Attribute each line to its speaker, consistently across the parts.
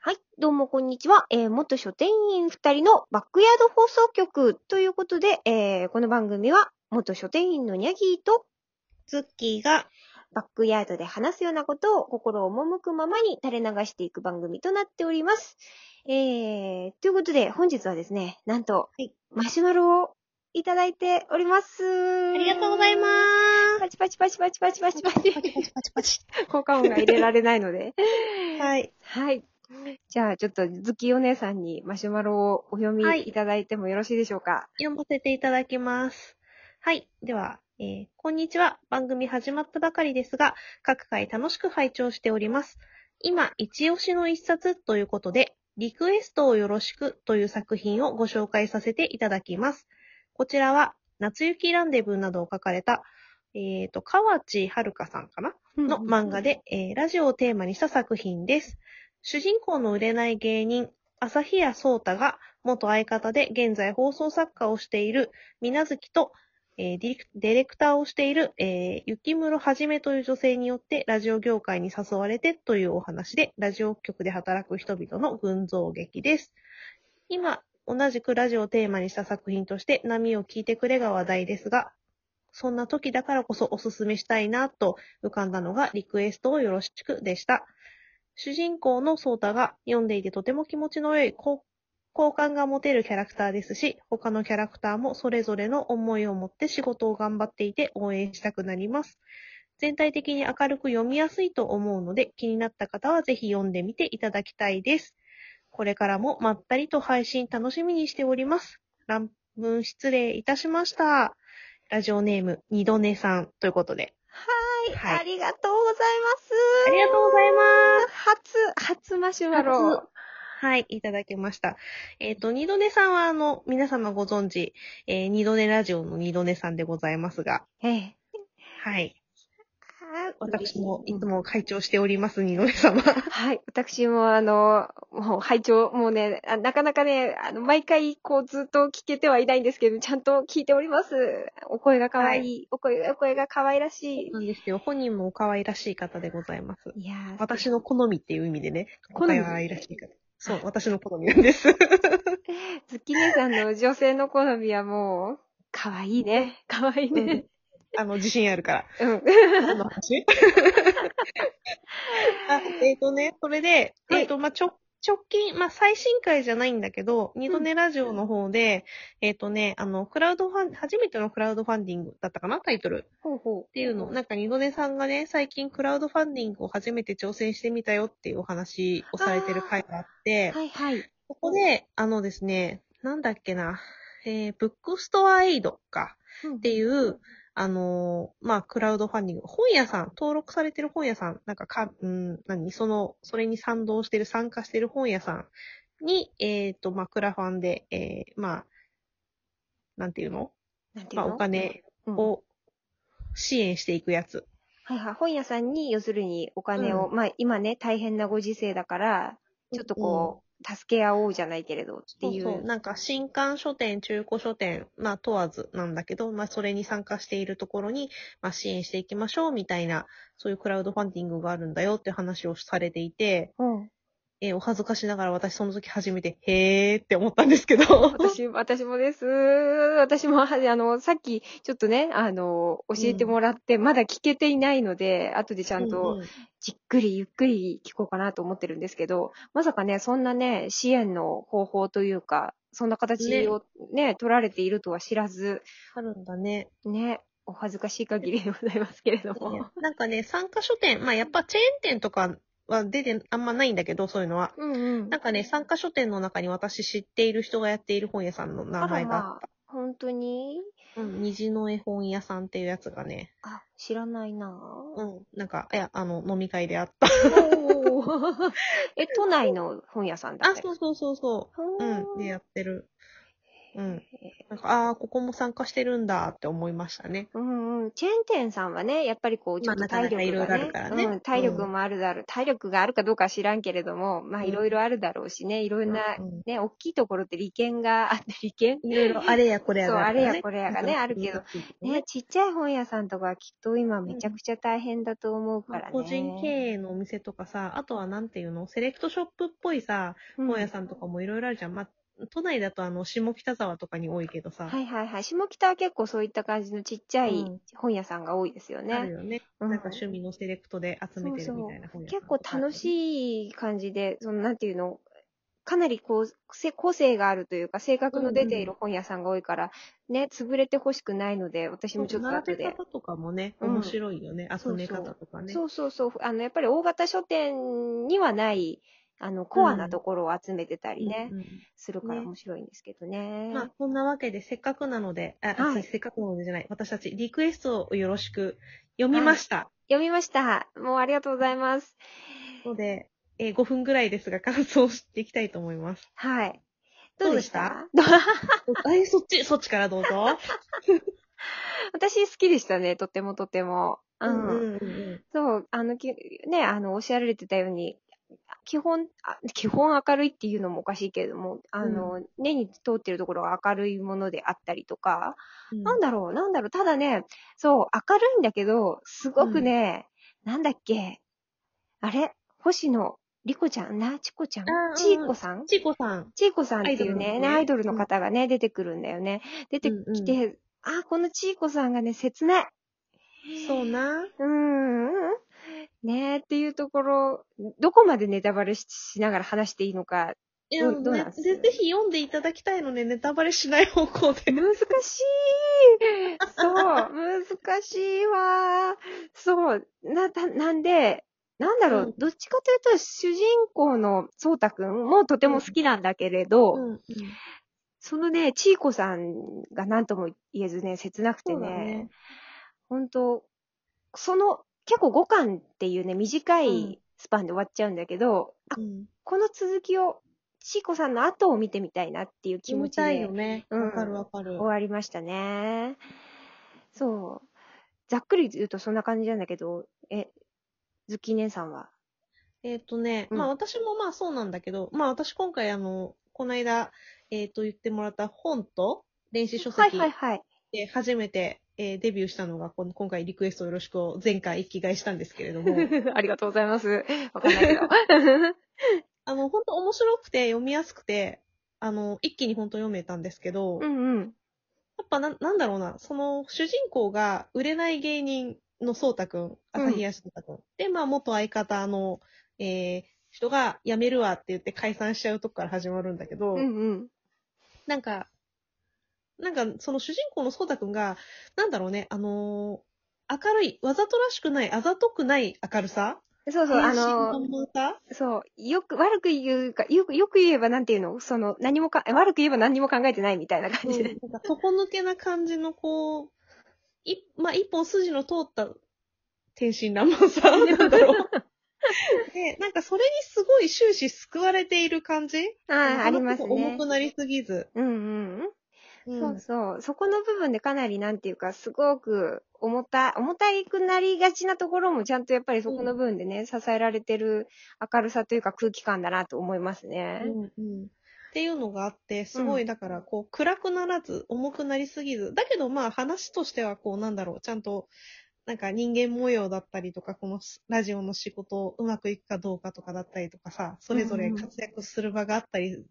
Speaker 1: はい、どうもこんにちは。えー、元書店員二人のバックヤード放送局ということで、えー、この番組は元書店員のニャギーと
Speaker 2: ツッキーが、
Speaker 1: バックヤードで話すようなことを心を赴くままに垂れ流していく番組となっております。えー、ということで本日はですね、なんと、
Speaker 2: はい
Speaker 1: マシュマロをいただいております。
Speaker 2: あ
Speaker 1: あ。
Speaker 2: りがとうございます
Speaker 1: パチパチパチパチパチパチパチ。
Speaker 2: パチパチパチパチ。
Speaker 1: 効果音が入れられないので。
Speaker 2: はい。
Speaker 1: はい。じゃあ、ちょっと、ズッキーお姉さんにマシュマロをお読み
Speaker 2: はい
Speaker 1: いただいてもよろしいでしょうか。
Speaker 2: 読ませていただきます。はい。では、えーこんにちは。番組始まったばかりですが、各回楽しく拝聴しております。今、一押しの一冊ということで、リクエストをよろしくという作品をご紹介させていただきます。こちらは、夏行きランデブーなどを書かれた、えっ、と、河内遥さんかなの漫画で、えーラジオをテーマにした作品です。主人公の売れない芸人、朝日谷聡太が、元相方で現在放送作家をしている、水無月と、えーディレクディレクターをしている、えー雪室はじめという女性によって、ラジオ業界に誘われてというお話で、ラジオ局で働く人々の群像劇です。今、同じくラジオをテーマにした作品として、波を聞いてくれが話題ですが、そんな時だからこそおすすめしたいなと浮かんだのがリクエストをよろしくでした。主人公のソータが読んでいてとても気持ちの良い好好感が持てるキャラクターですし、他のキャラクターもそれぞれの思いを持って仕事を頑張っていて応援したくなります。全体的に明るく読みやすいと思うので気になった方はぜひ読んでみていただきたいです。これからもまったりと配信楽しみにしております。乱文失礼いたしました。ラジオネーム、二度寝さんということで。
Speaker 1: はい、
Speaker 2: はい
Speaker 1: ありがとうございます。
Speaker 2: ありがとうございます。
Speaker 1: 初、初マシュマロ。
Speaker 2: はい、いただきました。えっ、と、二度寝さんは、あの、皆様ご存知、えー二度寝ラジオの二度寝さんでございますが、
Speaker 1: ええ。
Speaker 2: はい。
Speaker 1: あー
Speaker 2: 私もいつも会長しております、二度寝様。
Speaker 1: はい。私も、あの、もう、拝聴、もうねあなかなかね、あの、毎回、こう、ずっと聞けてはいないんですけど、ちゃんと聞いております。お声が可愛い、お声、お声が可愛らしい。
Speaker 2: なんですよ。本人もお可愛らしい方でございます。
Speaker 1: いやー
Speaker 2: 私の好みっていう意味でね、
Speaker 1: 好
Speaker 2: お
Speaker 1: み
Speaker 2: 可愛らしい方。そう、私の好みなんです。
Speaker 1: ズッキーネさんの女性の好みはもう、可愛いね。可愛いね。
Speaker 2: あの、自信あるから。
Speaker 1: うん。
Speaker 2: 何の話 あえっ、とね、それで、
Speaker 1: はい
Speaker 2: えっ、と、まあ、ちょ、直近、まあ、最新回じゃないんだけど、二度寝ラジオの方で、えっ、とね、あの、クラウドファン、初めてのクラウドファンディングだったかな、タイトル。
Speaker 1: ほうほう。っ
Speaker 2: っていうの、なんか二度寝さんがね、最近クラウドファンディングを初めて挑戦してみたよっていうお話をされてる回があって、
Speaker 1: はいはい。
Speaker 2: ここで、あのですね、なんだっけな、えー、ブックストアエイドか。
Speaker 1: っ
Speaker 2: っていう、あのーまあ、クラウドファンディング、本屋さん、登録されてる本屋さん、なんかか、うん、何、その、それに賛同してる、参加してる本屋さんに、えっ、と、まあ、クラファンで、えーまあ、なんていうの
Speaker 1: なんていう
Speaker 2: まあ、
Speaker 1: の
Speaker 2: お金
Speaker 1: を、
Speaker 2: を支援していくやつ。
Speaker 1: はいはい。本屋さんに、要するにお金を、まあ今ね、大変なご時世だから、ちょっとこう、助け合おうじゃないけれど、っ
Speaker 2: う
Speaker 1: て
Speaker 2: ん、
Speaker 1: い
Speaker 2: そうそう
Speaker 1: う。
Speaker 2: なんか、新刊書店、中古書店、まあ、問わずなんだけど、まあ、それに参加しているところに、まあ、支援していきましょう、みたいな、そういうクラウドファンディングがあるんだよって話をされていて、
Speaker 1: うん。
Speaker 2: えーお恥ずかしながら私その時初めて、へーって思ったんですけど。
Speaker 1: 私、私もです。私も、はあの、さっき、ちょっとね、あの、教えてもらって、まだ聞けていないので、後でちゃんと、
Speaker 2: うんうん
Speaker 1: じっくりゆっくり聞こうかなと思ってるんですけど、まさかね、そんなね、支援の方法というか、そんな形をね、取られているとは知らず、
Speaker 2: あるんだね。
Speaker 1: ね、お恥ずかしい限りでございますけれども。
Speaker 2: なんかね、参加書店、まあやっぱチェーン店とかは出てあんまないんだけど、そういうのは。
Speaker 1: うんうん
Speaker 2: なんかね、参加書店の中に私知っている人がやっている本屋さんの名前が、
Speaker 1: あら、本当に
Speaker 2: うん、虹の絵本屋さんっていうやつがね、
Speaker 1: あ、知らないな
Speaker 2: う
Speaker 1: ぁ。
Speaker 2: ん、なんか、いや、あの、飲み会であった。
Speaker 1: おー え、都内の本屋さんだ
Speaker 2: あ、
Speaker 1: ったり
Speaker 2: そうそうそうそう。うん、で
Speaker 1: へ
Speaker 2: やってる。うん。なんか、ああー、ここも参加してるんだって思いましたね。
Speaker 1: うんうん、チェーン店さんはね、やっぱりこう、ちょっと体力
Speaker 2: まあなかなか
Speaker 1: が
Speaker 2: いろい
Speaker 1: ね、
Speaker 2: ろあるからね
Speaker 1: うん、体力もあるだろう、体力があるかどうかは知らんけれども、まあ
Speaker 2: うん
Speaker 1: いろいろあるだろうしね、いろんな、
Speaker 2: うん
Speaker 1: ね、大きいところって利権があ って、利権
Speaker 2: いろいろあれやこれや
Speaker 1: そう、
Speaker 2: が
Speaker 1: あ
Speaker 2: るか
Speaker 1: れ
Speaker 2: らね
Speaker 1: やこれやがね、あるけど、、ね、
Speaker 2: ね、
Speaker 1: ちっちゃい本屋さんとかはきっと今めちゃくちゃ大変だと思うからね。
Speaker 2: 個人経営のお店とかさ、あとはなんていうの、セレクトショップっぽいさ、
Speaker 1: うん
Speaker 2: 本屋さんとかもいろいろあるじゃん。まあ、都内だとあの、下北沢とかに多いけどさ、
Speaker 1: はいはいはい。下北は結構そういった感じのちっちゃい
Speaker 2: うん
Speaker 1: 本屋さんが多いですよ
Speaker 2: ある
Speaker 1: ね。
Speaker 2: よね。
Speaker 1: うん
Speaker 2: なんか趣味のセレクトで集めてるみたいな本屋さん
Speaker 1: 結構楽
Speaker 2: い。
Speaker 1: しい感じで、そのなんていうの、かなりこう、せ個性があるというか、性格の出ている本屋さんが多いから、ね、潰れてほしくないので、私
Speaker 2: そう
Speaker 1: もちょっと
Speaker 2: 並
Speaker 1: 後
Speaker 2: べ
Speaker 1: で。
Speaker 2: 方とかもね、
Speaker 1: うん
Speaker 2: 面白いよね。
Speaker 1: そうそう
Speaker 2: 集め方とかね。
Speaker 1: そうそうそう。あの、やっぱり大型書店にはない、あの、コアなところを集めてたりね、
Speaker 2: うんうん
Speaker 1: するから
Speaker 2: ね
Speaker 1: 面白いんですけどね。
Speaker 2: まあ、そんなわけで、せっかくなので、あ、
Speaker 1: はい
Speaker 2: せっかくなのでじゃない、私たち、リクエストをよろしく読みました。
Speaker 1: 読みました。もうありがとうございます。
Speaker 2: ので、えー5分ぐらいですが、 感想をしていきたいと思います。
Speaker 1: はい。
Speaker 2: ど
Speaker 1: ど
Speaker 2: う
Speaker 1: う
Speaker 2: で
Speaker 1: で
Speaker 2: し
Speaker 1: したた
Speaker 2: はい、そっち、そっちからどうぞ。
Speaker 1: 私好きでしたね、とてもとても。うん。
Speaker 2: うんうん
Speaker 1: そう、あの、きね、あの、おっしゃられてたように、基本、あ基本明るいっていうのもおかしいけれども、あの、根に通ってるところが明るいものであったりとか、
Speaker 2: うん。
Speaker 1: なんだろう、なんだろう、ただね、そう、明るいんだけど、すごくね、なんだっけ、あれ、星野莉子ちゃんな、チコちゃん
Speaker 2: あー
Speaker 1: ちいこさん
Speaker 2: ちいこさん。
Speaker 1: ちいこさんっていうね、
Speaker 2: ア
Speaker 1: ア
Speaker 2: イ
Speaker 1: イ
Speaker 2: ド
Speaker 1: ド
Speaker 2: ル
Speaker 1: ル
Speaker 2: の
Speaker 1: の
Speaker 2: ね
Speaker 1: 方がね、出てくるんだよね。出てき
Speaker 2: う
Speaker 1: て、あ、このちいこさんがね、切ない。
Speaker 2: そうな。
Speaker 1: うーん。ねえっていうところ、どこまでネタバレししながら話していいのか、
Speaker 2: いや、
Speaker 1: どうなん
Speaker 2: ね、
Speaker 1: す
Speaker 2: ぜぜひ読んでいただきたいので、ネタバレしない方向で。
Speaker 1: 難しいそう、難しいわそう、な、たなんで、なんだろう、
Speaker 2: うん
Speaker 1: どっちかというと、主人公のそうたくんもとても好きなんだけれど、
Speaker 2: うんうん
Speaker 1: そのね、ちいこさんが何とも言えずね、切なくて
Speaker 2: そうだね
Speaker 1: ね、本当その、結構5巻っていうね、短
Speaker 2: うん
Speaker 1: いスパンで終わっちゃうんだけど、
Speaker 2: うん。
Speaker 1: この続きを、ちいこさんの後を見てみたいなっていう気
Speaker 2: 気
Speaker 1: 持
Speaker 2: 持
Speaker 1: ち
Speaker 2: ちいい
Speaker 1: で
Speaker 2: よね。
Speaker 1: うん
Speaker 2: わかるわかる
Speaker 1: 終。わりましたね。そう。ざっくり言うとそんな感じなんだけど、え、ズッキーネさんは
Speaker 2: えっ、とね、
Speaker 1: うん
Speaker 2: まあ私もまあそうなんだけど、まあ私今回あの、この間、えっ、と言ってもらった本と電子書
Speaker 1: はい
Speaker 2: 籍
Speaker 1: はいはい。
Speaker 2: で初めて、えーデビューしたのが、この今回リクエストよろしくを前回一気買いしたんですけれども、
Speaker 1: ありがとうございます。わかんないけど。
Speaker 2: あの、本当面白くて読みやすくて、あの、一気に本当読めたんですけ ど、
Speaker 1: う
Speaker 2: や
Speaker 1: んうん。
Speaker 2: っぱなんなんだろうな、その主人公が売れない芸人のそうたくん、朝日屋そうたくん。で、まあ元相方の、えー人が辞めるわって言って解散しちゃうとこから始まるんだけ
Speaker 1: う
Speaker 2: ど、
Speaker 1: んうん。
Speaker 2: なんか、なんか、その主人公のそうたくんが、なんだろうね、あのー明るい、わざとらしくない、あざとくない明るさ
Speaker 1: そうそう、あの、
Speaker 2: さ
Speaker 1: そう、よく、悪く言うか、よく、よく言えばなんていうのその、何もか、え悪く言えば何も考えてないみたいな感じで。
Speaker 2: なんか底抜けな感じの、こう、い、まあ、一本筋の通った天真爛漫 さ、なんだろう。で、なんかそれにすごい終始救われている感じ
Speaker 1: ああ、あります
Speaker 2: そのこと
Speaker 1: ね
Speaker 2: 重く。なりすぎず。
Speaker 1: うんうん。
Speaker 2: うん
Speaker 1: そうそう。そこの部分でかなりなんていうか、すごく重た、重たいくなりがちなところもちゃんとやっぱりそこの部分でね、支えられてる明るさというか空気感だなと思いますね。
Speaker 2: っていうのがあって、すご
Speaker 1: う
Speaker 2: い、
Speaker 1: ん
Speaker 2: だから、こう、暗くならず、重くなりすぎず、だけど、まあ、話としては、こう、なんだろう、ちゃんと、なんか、人間模様だったりとか、このラジオの仕事をうまくいくかどうかとかだったりとかさ、それぞれ活躍する場があったり、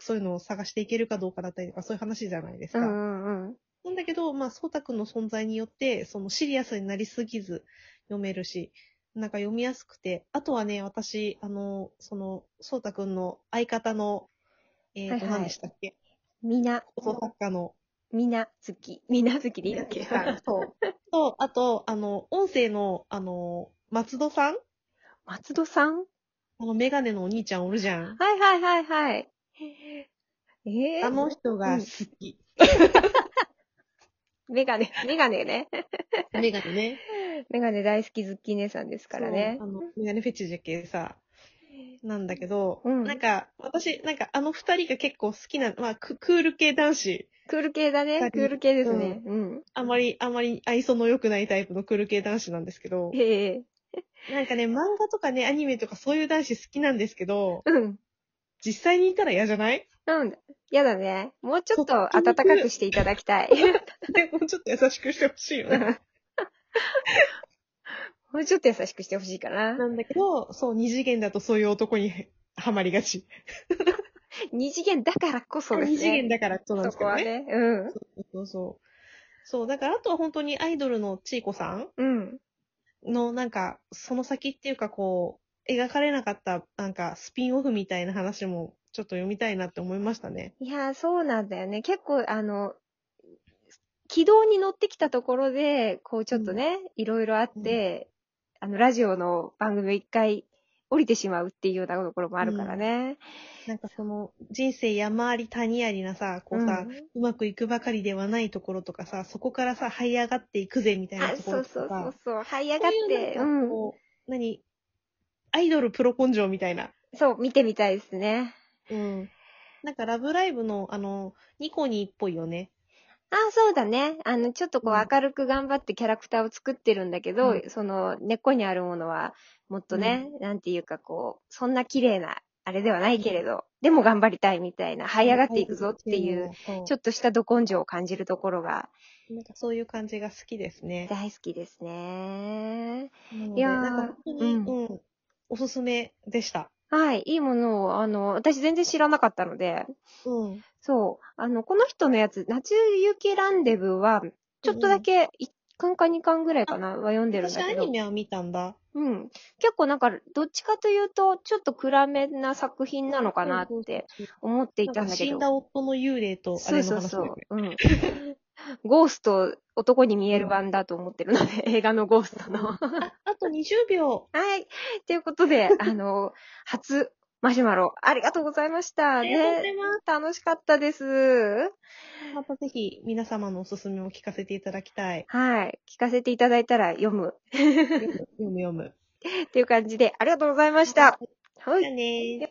Speaker 2: そういうのを探していけるかどうかだったりとか、そういう話じゃないです
Speaker 1: う
Speaker 2: か。
Speaker 1: んうんうん。
Speaker 2: なんだけど、まあ、そうたくんの存在によって、そのシリアスになりすぎず読めるし、なんか読みやすくて、あとはね、私、あの、その、そうたくんの相方の、えっ、
Speaker 1: はいは
Speaker 2: と、
Speaker 1: い
Speaker 2: 何でしたっけ
Speaker 1: みな、
Speaker 2: 放送作家の、
Speaker 1: みな好き。 みな好きでいいんだっけ
Speaker 2: 宮崎さん そう。と、あと、あの、音声の、あの、松戸さん
Speaker 1: 松戸さん
Speaker 2: あの、メガネのお兄ちゃんおるじゃん。
Speaker 1: はいはいはいはい。ええ
Speaker 2: あの
Speaker 1: ー、
Speaker 2: 人が好き。
Speaker 1: メガネ、メガネね。
Speaker 2: メガネね。
Speaker 1: メガネ大好きズッキー姉さんですからね
Speaker 2: そう。あの、メガネフェチじゃけさ。なんだけど、
Speaker 1: うん
Speaker 2: なんか、私、なんかあの二人が結構好きな、まあ、ククール系男子。
Speaker 1: クール系だね。
Speaker 2: 二人
Speaker 1: クール系ですね。うん。
Speaker 2: あまり、あまり愛想の良くないタイプのクール系男子なんですけど、
Speaker 1: へえ。
Speaker 2: なんかね、漫画とかね、アニメとかそういう男子好きなんですけど、
Speaker 1: うん。
Speaker 2: 実際にいたら嫌じゃない
Speaker 1: うん。やだね。もうちょっと
Speaker 2: そう
Speaker 1: 暖かくしていただきたい。
Speaker 2: でもうちょっと優しくしてほしいよね。
Speaker 1: もうちょっと優しくしてほしいか な。
Speaker 2: なんだけど、そう、二次元だとそういう男にはまりがち。
Speaker 1: 二次元だからこそですね。
Speaker 2: 二次元だからそうなんで
Speaker 1: そ
Speaker 2: す
Speaker 1: こ
Speaker 2: けど
Speaker 1: は
Speaker 2: ね。
Speaker 1: ね。うん。
Speaker 2: そうそう。そう、だからあとは本当にアイドルのちいこさん
Speaker 1: うん。
Speaker 2: のなんか、その先っていうかこう、描かれなかったなんかスピンオフみたいな話もちょっと読みたいなって思いましたね。
Speaker 1: いやー、そうなんだよね。結構、あの、軌道に乗ってきたところで、こうちょっとね、いろいろあって、あの、ラジオの番組を一回降りてしまうっていうようなところもあるからね。
Speaker 2: なんかその人生山あり谷ありなさ、こうさ、
Speaker 1: うん
Speaker 2: うまくいくばかりではないところとかさ、そこからさ、這い上がっていくぜみたいな
Speaker 1: あ、
Speaker 2: とこ
Speaker 1: そ
Speaker 2: ろ
Speaker 1: う
Speaker 2: とか
Speaker 1: そうそう
Speaker 2: さ、
Speaker 1: そう。這い上がっ
Speaker 2: そうい
Speaker 1: て、
Speaker 2: う
Speaker 1: う
Speaker 2: なんか
Speaker 1: ん。
Speaker 2: こう、何アイドルプロ根性みたいな。
Speaker 1: そう、見てみたいですね。
Speaker 2: うん。なんかラブライブのあの、ニコニーっぽいよね。
Speaker 1: あ、そうだね。あの、ちょっとこ
Speaker 2: うん
Speaker 1: う明るく頑張ってキャラクターを作ってるんだけど、
Speaker 2: うん
Speaker 1: その根っこにあるものは、もっとね、なんていうかこう、そんな綺麗な、あれではないけれど、でも頑張りたいみたいな、這い上がっていくぞっていう、
Speaker 2: そう。
Speaker 1: ちょっとしたど根性を感じるところが
Speaker 2: なんかそういう感じが好きですね。
Speaker 1: 大好きですね。
Speaker 2: い
Speaker 1: いやー
Speaker 2: なんか本当に、
Speaker 1: う
Speaker 2: うん、おすすめでした。
Speaker 1: はい、いいものを、あの、私全然知らなかったので、
Speaker 2: うん。
Speaker 1: そう、あの、この人のやつ、夏雪ランデブーは、ちょっとだけ1巻か2巻ぐらいかな、は読んでるん
Speaker 2: 私
Speaker 1: だ
Speaker 2: ア
Speaker 1: けど
Speaker 2: ニ。メは見たんだ。
Speaker 1: うん。結構なんか、どっちかというと、ちょっと暗めな作品なのかなって思ってい
Speaker 2: な
Speaker 1: た
Speaker 2: ん
Speaker 1: ん
Speaker 2: か
Speaker 1: だけど。
Speaker 2: 死んだ夫の幽霊とあ
Speaker 1: そ
Speaker 2: れ
Speaker 1: う
Speaker 2: の話だ
Speaker 1: そ
Speaker 2: よ
Speaker 1: う
Speaker 2: ね
Speaker 1: そう。うん。 ゴースト、男に見える版だと思ってるの で、映画のゴーストの。は
Speaker 2: ああと20秒。
Speaker 1: い。ということで、あの、初マシュマロ、ありがとうございました。
Speaker 2: ありがとうござい
Speaker 1: ね。
Speaker 2: ます。
Speaker 1: 楽しかったです。。
Speaker 2: またぜひ皆様のおすすめを聞かせていただきたい
Speaker 1: はい。聞かせていただいたら読む。
Speaker 2: 読む読む。
Speaker 1: っていう感じで、ありがとうございました。は
Speaker 2: じゃ
Speaker 1: い。
Speaker 2: あねー。